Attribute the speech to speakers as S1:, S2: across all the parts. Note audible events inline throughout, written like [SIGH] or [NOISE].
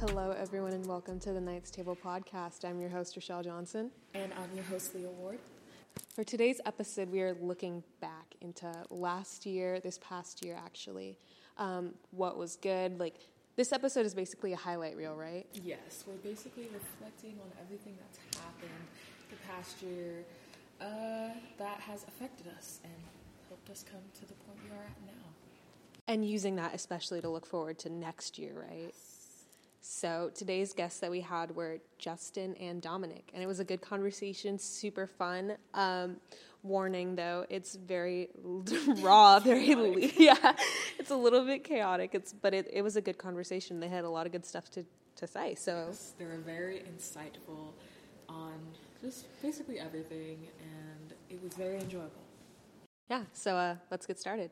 S1: Hello, everyone, and welcome to the Knights Table podcast. I'm your host, Rochelle Johnson.
S2: And I'm your host, Leah Ward.
S1: For today's episode, we are looking back into last year, this past year, actually. Um, what was good? Like, this episode is basically a highlight reel, right?
S2: Yes, we're basically reflecting on everything that's happened the past year uh, that has affected us and helped us come to the point we are at now.
S1: And using that especially to look forward to next year, right? So today's guests that we had were Justin and Dominic, and it was a good conversation, super fun. Um, warning though, it's very [LAUGHS] raw, very le- [LAUGHS] yeah, it's a little bit chaotic. It's but it, it was a good conversation. They had a lot of good stuff to to say. So
S2: Yes, They were very insightful on just basically everything, and it was very enjoyable.
S1: yeah, so uh, let's get started.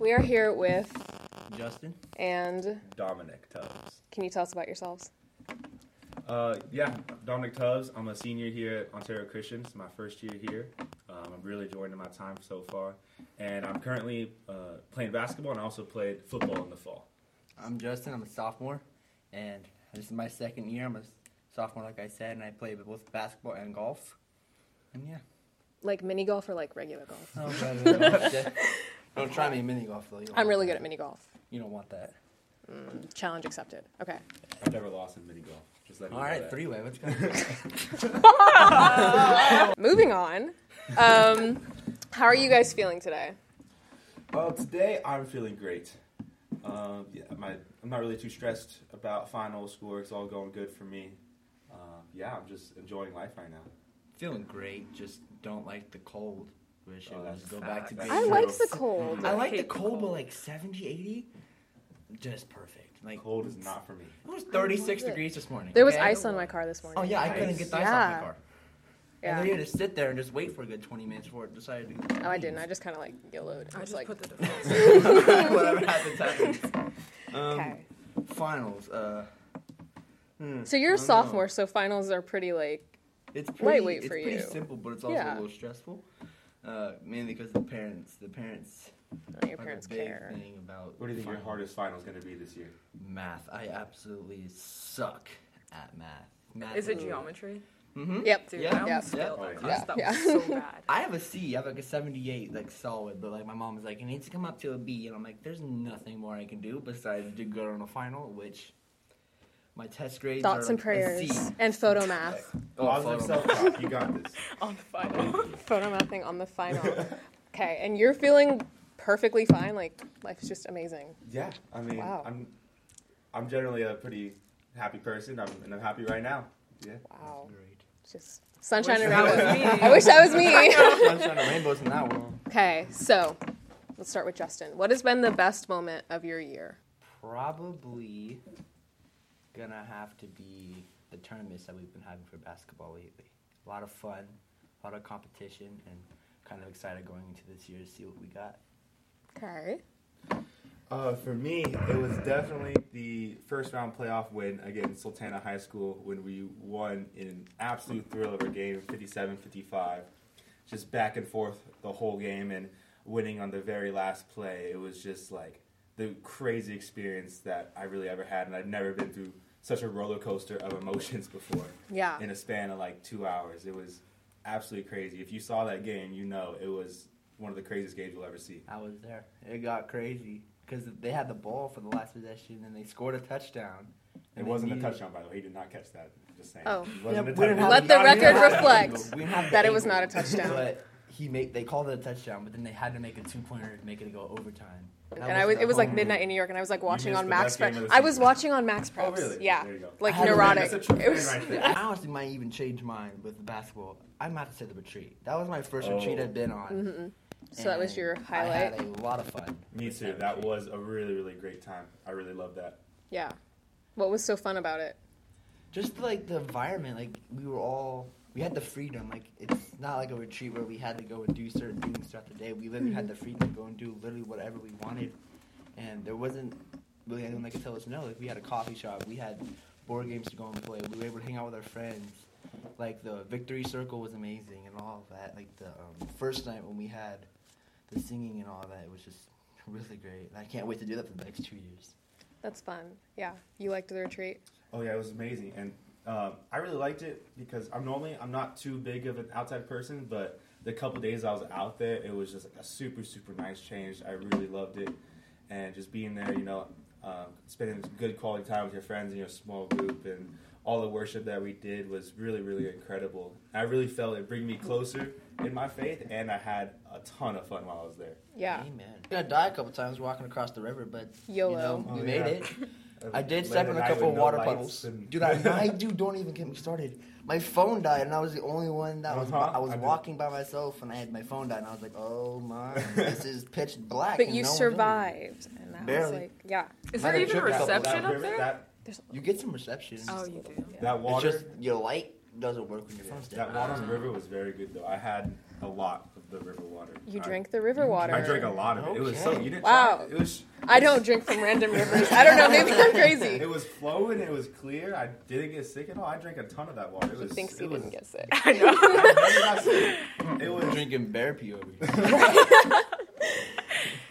S1: We are here with
S3: Justin?
S1: and
S3: Dominic Tubbs.
S1: can you tell us about yourselves?
S3: Uh, yeah, Dominic Tubbs. I'm a senior here at Ontario Christian. It's my first year here. Um, I'm really enjoying my time so far. And I'm currently uh, playing basketball and I also played football in the fall.
S4: I'm Justin. I'm a sophomore, and this is my second year. I'm a s- sophomore, like I said, and I play both basketball and golf. And [LAUGHS] yeah,
S1: Like mini golf or like regular golf?
S4: Oh, [LAUGHS] don't try me in mini golf though. You don't
S1: I'm
S4: want
S1: really
S4: that.
S1: good at mini golf.
S4: You don't want that.
S1: Challenge accepted. Okay.
S3: I've never lost in mini golf. Just let you
S4: All
S3: know
S4: right,
S3: that.
S4: three way. What's going on?
S1: [LAUGHS] Moving on. Um, how are you guys feeling today?
S3: Well, Uh, today I'm feeling great. Um, yeah, my, I'm not really too stressed about final score. It's all going good for me. Um, yeah, I'm just enjoying life right now.
S4: [LAUGHS] Feeling great. Just don't like the cold. Wish
S3: Oh,
S4: it was
S3: that's
S4: go back to
S3: facts.
S4: being.
S1: I
S3: True.
S1: like the cold.
S4: I like the
S1: hate
S4: cold, but like 70, 80, just perfect. Like
S3: Cold is not for me.
S4: it was 36
S1: it.
S4: degrees this morning.
S1: There was
S4: okay?
S1: ice on my car this morning.
S4: Oh yeah, I couldn't
S3: Ice.
S4: get the ice off
S1: Yeah.
S4: my car.
S1: Yeah.
S4: And then you had to sit there and just wait for a good 20 minutes before it decided to.
S1: Oh, I didn't. I just kind of like yellowed. I was like,
S2: the defense.
S4: [LAUGHS] Whatever happens, happens.
S1: [LAUGHS]
S4: Um,
S1: okay.
S4: Finals. Uh, hmm,
S1: So you're a
S4: I don't know.
S1: sophomore, so finals are pretty like
S4: It's pretty,
S1: Lightweight
S4: it's
S1: for
S4: pretty
S1: you.
S4: simple, but it's also
S1: Yeah.
S4: a little stressful. Uh, mainly because the parents. The parents.
S1: oh, your
S4: are the
S1: parents
S4: big
S1: care.
S4: Thing about
S3: What do you think your
S4: finals.
S3: hardest final is going to be this year?
S4: Math. I absolutely suck at math. math
S5: Is it
S4: really-
S5: geometry?
S4: Mhm.
S1: Yep.
S5: Dude,
S4: Yeah.
S5: I
S1: Yeah.
S5: almost failed
S3: Yeah.
S5: that
S3: Yeah.
S5: class. That
S1: Yeah.
S5: was so bad.
S4: I have a C. I have like a 78, like solid, but like my mom was like, it needs to come up to a B. And I'm like, there's nothing more I can do besides do good on a final, which my test grades are
S1: Thoughts and
S4: like, A
S1: prayers
S4: C.
S1: and photo math.
S4: Oh,
S3: Positive
S4: photo-
S3: self-talk. You got this.
S5: On the final.
S1: Photo mathing on the final. Okay, and you're feeling perfectly fine. Like life's just amazing.
S3: Yeah, I mean,
S1: Wow.
S3: I'm I'm generally a pretty happy person, I'm, and I'm happy right now. Yeah.
S1: Wow. [LAUGHS]
S4: Great.
S1: It's Just sunshine and
S5: That
S1: rainbows.
S5: was me.
S1: I wish that was me.
S4: [LAUGHS]
S1: [LAUGHS]
S4: Sunshine and rainbows in that world.
S1: Okay, so let's start with Justin. What has been the best moment of your year?
S4: Probably gonna have to be the tournaments that we've been having for basketball lately. A lot of fun, a lot of competition, and kind of excited going into this year to see what we got.
S1: Okay.
S3: Uh, for me, it was definitely the first round playoff win against Sultana High School when we won in an absolute thrill of a game, 57-55. Just back and forth the whole game and winning on the very last play. It was just like the crazy experience that I really ever had, and I've never been through such a roller coaster of emotions before.
S1: Yeah.
S3: in a span of like two hours. It was absolutely crazy. If you saw that game, you know it was one of the craziest games you'll ever see.
S4: I was there. It got crazy because they had the ball for the last possession and they scored a touchdown.
S3: It
S4: And
S3: wasn't a
S4: they
S3: touchdown, by the way. He did not catch that. Just saying.
S1: Oh.
S3: It
S4: needed- Yeah,
S3: wasn't a
S4: we didn't
S3: touchdown.
S4: have
S1: Let the
S4: we didn't
S1: record
S4: have the
S1: reflect
S4: angle. We didn't have the
S1: that it was
S4: angle.
S1: not a touchdown.
S4: But he made they called it a touchdown, but then they had to make a two pointer to make it go overtime. That
S1: and I was,
S4: the
S1: it was like
S4: whole-
S1: midnight in New York, and I was like watching
S3: missed
S1: on
S3: the
S1: Max
S3: best game
S1: Preps.
S3: of the
S1: I was
S3: season.
S1: watching on Max Preps.
S3: Oh, really?
S1: Yeah.
S3: There you go.
S1: Like
S4: I had a
S1: neurotic.
S3: That's a true
S1: It was,
S3: fan right
S1: [LAUGHS]
S3: there.
S4: I honestly might even change mine with the basketball. I might have to say the retreat. That was my first
S3: Oh.
S4: retreat I've been on.
S1: Mm-hmm. So that was
S4: and
S1: your
S4: I had
S1: highlight.
S4: a lot of fun.
S3: Me
S4: with
S3: too. That was a really, really great time. I really loved that.
S1: Yeah. What was so fun about it?
S4: just like the environment like we were all we had the freedom like it's not like a retreat where we had to go and do certain things throughout the day we literally had the freedom to go and do literally whatever we wanted and there wasn't really anyone that could tell us no like we had a coffee shop we had board games to go and play we were able to hang out with our friends like the victory circle was amazing and all of that like the um, first night when we had the singing and all that it was just really great and i can't wait to do that for the next two years
S1: That's fun. Yeah. You liked the retreat?
S3: Oh yeah, it was amazing, and um, I really liked it because I'm normally I'm not too big of an outside person, but the couple days I was out there, it was just like a super super nice change. I really loved it, and just being there, you know, um, spending good quality time with your friends in your small group, and all the worship that we did was really really incredible. I really felt it bring me closer in my faith, and I had a ton of fun while I was there.
S1: Yeah.
S4: Amen. I'm gonna die a couple times walking across the river, but you
S1: YOLO.
S4: know, we
S3: Oh,
S4: made
S3: yeah.
S4: it. I did
S3: Late
S4: step
S3: at
S4: in a
S3: night
S4: couple
S3: with no
S4: water
S3: lights
S4: puddles.
S3: and-
S4: Dude,
S3: [LAUGHS]
S4: I, I do don't even get me started. My phone died, and I was the only one that was.
S3: Uh-huh,
S4: I was
S3: I did.
S4: walking by myself, and I had my phone died, and I was like, "Oh my, this is pitch black."
S1: But
S4: and
S1: you
S4: no one's doing it."
S1: survived. And that was
S4: Barely.
S1: like, yeah.
S2: Is there
S4: Might have
S2: even
S4: tripped out.
S2: reception
S3: that
S2: up
S3: river-
S2: there?
S3: That,
S1: There's a
S4: You get some reception.
S2: oh, you do.
S3: that water.
S4: It's just your light doesn't work when your phone's dead.
S3: That water in the river was very good though. I had a lot of the river water.
S1: You
S3: I-
S1: drink the river water.
S3: I drank a lot of it. It was so
S4: Okay.
S3: you didn't.
S1: Wow.
S3: Try it. it was
S1: I
S3: [LAUGHS]
S1: don't drink from random rivers. I don't know. Maybe I'm crazy.
S3: it was flowing. It was clear. I didn't get sick at all. I drank a ton of that water. It
S1: He
S3: was.
S1: thinks
S3: it
S1: he
S3: was, [LAUGHS]
S1: didn't get sick.
S2: I know.
S3: I never got sick. It
S4: I'm
S3: was.
S4: drinking bear pee over here.
S3: [LAUGHS]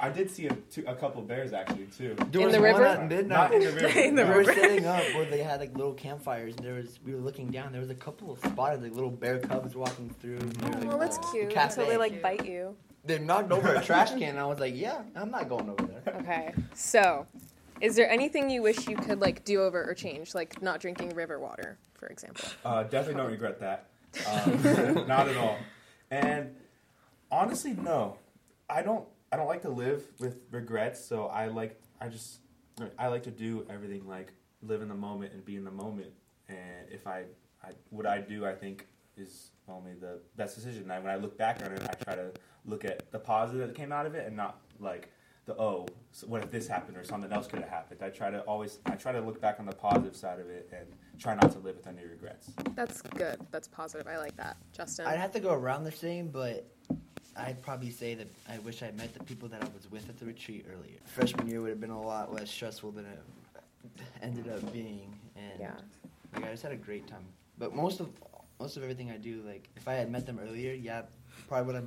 S3: I did see a, two, a couple bears actually too.
S4: There
S1: In
S4: was
S1: the
S4: one
S1: river?
S4: at midnight.
S3: Not in the
S1: [LAUGHS]
S3: river.
S2: In the
S4: we
S3: no.
S4: were sitting up where they had like little campfires, and there was we were looking down. There was a couple of spotted like little bear cubs walking through. like,
S1: Well, Oh, that's
S4: uh,
S1: cute.
S4: the
S1: That's
S4: cafe.
S1: what they like
S2: Cute.
S1: bite you.
S4: They knocked over a trash can, and I was like, "Yeah, I'm not going over there."
S1: Okay. So, is there anything you wish you could like do over or change, like not drinking river water, for example?
S3: Uh, definitely don't regret that. Um, [LAUGHS] not at all. And honestly, no. I don't. I don't like to live with regrets. So I like. I just. I like to do everything like live in the moment and be in the moment. And if I, I what I do, I think is only the best decision. And when I look back on it, I try to look at the positive that came out of it and not like the oh, so what if this happened or something else could have happened. I try to always. I try to look back on the positive side of it and try not to live with any regrets.
S1: That's good. That's positive. I like that, Justin.
S4: I'd have to go around the same, but I'd probably say that I wish I met the people that I was with at the retreat earlier. Freshman year would have been a lot less stressful than it ended up being, and
S1: Yeah.
S4: like I just had a great time. But most of most of everything I do, like if I had met them earlier, yeah, probably would I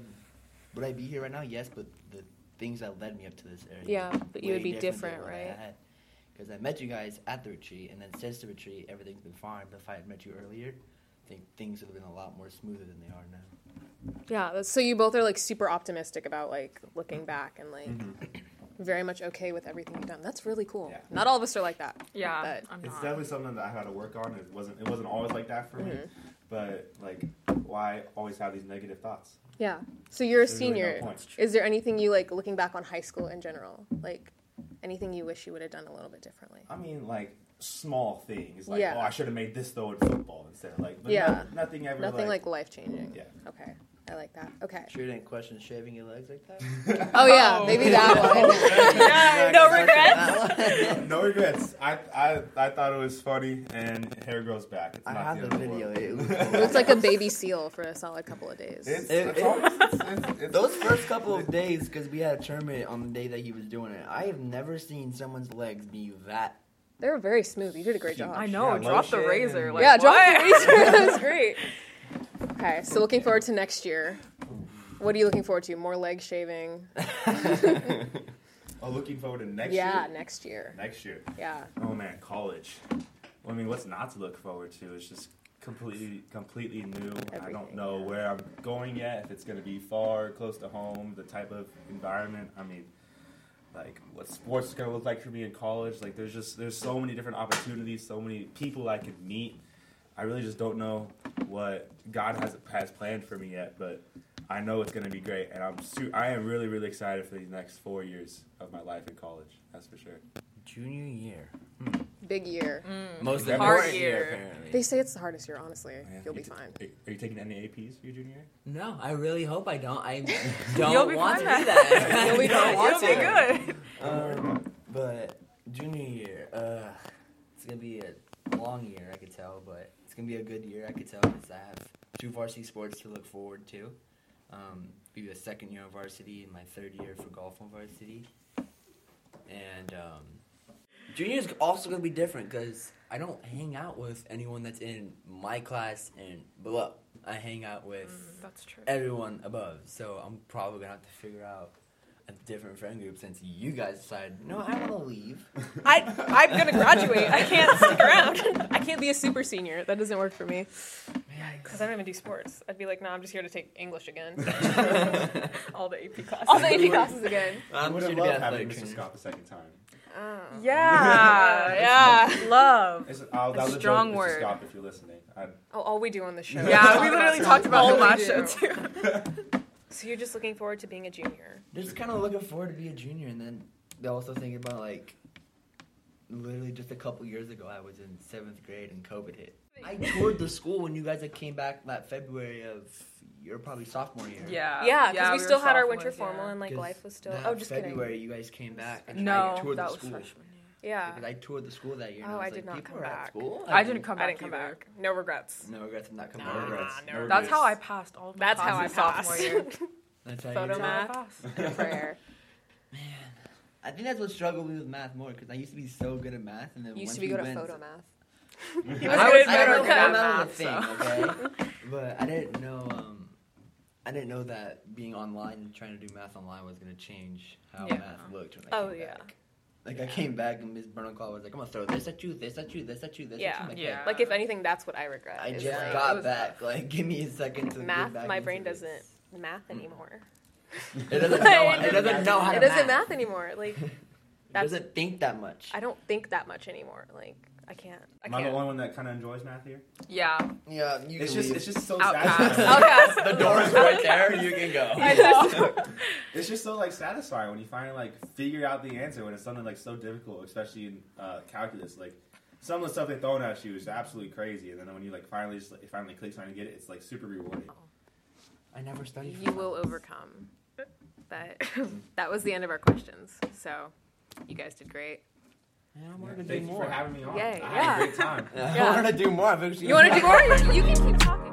S4: would I be here right now? Yes, but the things that led me up to this area.
S1: Yeah, but you would be different, right?
S4: Because I met you guys at the retreat, and then since the retreat, everything's been fine. But if I had met you earlier, I think things would have been a lot more smoother than they are now.
S1: yeah. that's- So you both are like super optimistic about like looking back and like very much okay with everything you've done. That's really cool.
S3: Mm-hmm. Yeah.
S1: Not all of us are like that.
S2: Yeah,
S1: But-
S2: I'm
S3: It's
S2: not.
S3: definitely something that I had to work on. It wasn't. It wasn't always like that for me.
S1: Mm-hmm.
S3: But like, why always have these negative thoughts?
S1: Yeah. So you're a
S3: There's really no
S1: senior.
S3: point.
S1: Is there anything you like looking back on high school in general? Like anything you wish you would have done a little bit differently?
S3: I mean, like small things. Like,
S1: Yeah.
S3: oh, I should have made this throw in football instead. Like, but
S1: Yeah.
S3: no- nothing ever.
S1: Nothing like,
S3: like,
S1: life changing.
S3: Yeah. [LAUGHS]
S1: Okay. I like that. Okay.
S4: Sure, you didn't question shaving your legs like that.
S1: [LAUGHS] Oh [LAUGHS] yeah, maybe that one.
S2: no regrets.
S3: no regrets. I, I I thought it was funny, and hair grows back. It's
S4: I
S3: not
S4: have
S3: the,
S4: the
S3: end of
S4: video.
S3: world.
S1: [LAUGHS]
S4: It
S1: It
S3: [LAUGHS]
S4: was
S1: was like a baby seal for a solid couple of days.
S2: [LAUGHS]
S3: It's,
S4: It-
S3: it's
S4: it-
S3: always- it's- it's-
S4: Those first couple of days, because we had a tournament on the day that he was doing it, I have never seen someone's legs be
S2: [LAUGHS]
S4: that. [LAUGHS]
S1: they were very smooth. You did a great job.
S2: I know.
S3: Yeah,
S2: drop the
S3: lotion
S2: razor.
S3: and-
S2: Like,
S1: yeah, drop
S2: what?
S1: the razor. [LAUGHS] That was great. Okay, so looking forward to next year. What are you looking forward to? More leg shaving?
S3: oh, looking forward to next
S1: yeah,
S3: year.
S1: next year.
S3: Next year.
S1: Yeah.
S3: Oh man, college. Well, I mean, what's not to look forward to? It's just completely, completely new. I don't
S1: Everything,
S3: know where I'm going yet. If it's going to be far, close to home, the type of environment. I mean, like what sports is going to look like for me in college. Like there's just there's so many different opportunities, so many people I could meet. I really just don't know what God has has planned for me yet, but I know it's going to be great, and I'm su- I am really really excited for these next four years of my life in college. That's for sure.
S4: Junior year.
S1: Big year.
S4: Most
S3: Hard
S4: important
S2: year.
S4: year,
S1: They
S4: apparently.
S1: say it's the hardest year, honestly.
S3: Man,
S1: You'll
S3: you
S1: be
S3: t-
S1: fine.
S3: Are you taking any APs for your junior year?
S6: No, I really hope I don't. I
S2: You'll be
S6: don't want to do
S2: fine.
S6: that.
S1: [LAUGHS] You'll be
S6: [LAUGHS] I don't
S1: fine.
S6: want
S2: You'll be
S6: to.
S2: good.
S4: Um, but junior year, uh, it's gonna be a long year, I could tell, but it's gonna be a good year, I could tell, because I have two varsity sports to look forward to. Um, be the second year of varsity and my third year for golf on varsity. And um, junior is also gonna be different because I don't hang out with anyone that's in my class and below. I hang out with
S2: Mm, That's true.
S6: everyone above. So I'm probably gonna have to figure out
S4: a different friend group since you guys decided, no, I want to leave.
S1: I, I'm going to graduate. I can't stick around. [LAUGHS] I can't be a super senior. That doesn't work for me. Because I don't even do sports. I'd be like, no, I'm just here to take English [LAUGHS] again.
S4: [LAUGHS]
S1: All the AP classes.
S7: All the AP classes again.
S3: I
S4: I'm
S3: would
S4: just here
S3: have
S4: to be
S3: loved having
S4: athletic
S3: Mr.
S4: trainer.
S3: Scott the second time.
S1: Yeah, yeah.
S8: Love.
S3: It's, I'll, that
S8: A
S3: was a
S8: strong
S3: joke, Mr.
S8: word.
S3: Scott, if you're listening. I,
S1: Oh, all we do on the show.
S8: Yeah, we literally talked about
S1: all
S8: him
S1: we
S8: last
S1: do. [LAUGHS]
S8: show too.
S1: So you're just looking forward to being a junior.
S4: Just kind of looking forward to be a junior, and then they also think about like, literally just a couple years ago, I was in seventh grade and COVID hit. I
S1: [LAUGHS]
S4: toured the school when you guys had came back that February of your probably sophomore year.
S8: Yeah.
S1: Uh, Yeah, because we,
S8: were
S1: still had our winter
S8: sophomores,
S1: formal and like
S4: 'Cause
S1: life was still.
S4: that
S1: Oh, just
S4: February, you guys came back.
S8: yeah.
S4: And I
S8: No,
S4: toured
S8: that
S4: the
S8: was
S4: school.
S8: freshman year.
S1: kidding. Yeah.
S4: Because I toured the school that year. And
S1: Oh,
S4: I, was
S1: I
S4: like,
S1: did not
S4: people
S1: come
S4: are at
S1: back.
S4: School?
S8: I didn't come
S1: I
S8: back.
S1: didn't come
S8: either.
S1: back. No regrets.
S4: No regrets. I'm not coming.
S1: Nah,
S4: No regrets.
S1: no
S3: regrets.
S8: That's how
S3: [LAUGHS]
S8: I passed all. Of my
S1: That's how I
S8: classes sophomore
S1: passed.
S8: year.
S4: That's how
S1: [LAUGHS]
S4: you
S1: Photo
S8: That's
S4: do it.
S8: how I
S1: math.
S8: passed.
S1: Prayer.
S4: I think that's what struggled me with math more because I used to be so good at math, and then
S1: Used
S4: once
S1: to be
S4: you
S1: good at
S4: went,
S1: photo math.
S8: He
S1: was
S4: [LAUGHS] I
S1: good
S4: was
S1: at
S4: I
S1: photo
S4: was
S1: math,
S4: good at math, [LAUGHS] okay? but I didn't know. Um, I didn't know that being online and trying to do math online was going to change how
S8: Yeah.
S4: math looked when I
S1: Oh,
S4: came
S1: yeah.
S4: back. Like I came back and Ms. Bernicall was like, "I'm gonna throw this at you, this at you, this at you, this
S1: Yeah.
S4: at you."
S8: [LAUGHS] Yeah.
S1: Like, if anything, that's what I regret.
S4: I
S1: is,
S4: just
S1: like,
S4: got
S8: was
S4: back. [LAUGHS] Like, give me a second to
S1: math.
S4: Get back
S1: My
S4: into
S1: brain
S4: this.
S1: doesn't math anymore.
S4: Mm.
S1: [LAUGHS]
S4: It doesn't know.
S1: It
S4: It doesn't know how to
S1: It doesn't
S4: math.
S1: math anymore. Like,
S4: It
S1: That's-
S4: doesn't think that much.
S1: I don't think that much anymore. Like, I can't. I
S3: am I the
S1: can't.
S3: only one that kind of enjoys math here?
S8: Yeah.
S4: Yeah, you
S3: It's
S4: can
S3: just,
S4: leave.
S3: it's just so
S8: Outcast.
S3: satisfying.
S1: Outcast.
S4: the door
S1: [LAUGHS]
S4: is [LAUGHS] right there. You can go.
S1: I know.
S3: [LAUGHS] It's just so like satisfying when you finally like figure out the answer when it's something like so difficult, especially in uh, calculus. Like some of the stuff they throwing at you is absolutely crazy, and then when you like finally just like, it finally clicks on and get it, it's like super rewarding.
S4: [LAUGHS] I never studied.
S8: You will overcome. But [LAUGHS] that was the end of our questions. So you guys did great.
S4: Man, I [LAUGHS]
S3: Thank you for having me on.
S1: Yay,
S3: I had
S1: yeah. [LAUGHS]
S3: a great time.
S4: I wanted to do more. I've actually- [LAUGHS]
S1: You want to do more? You can keep talking.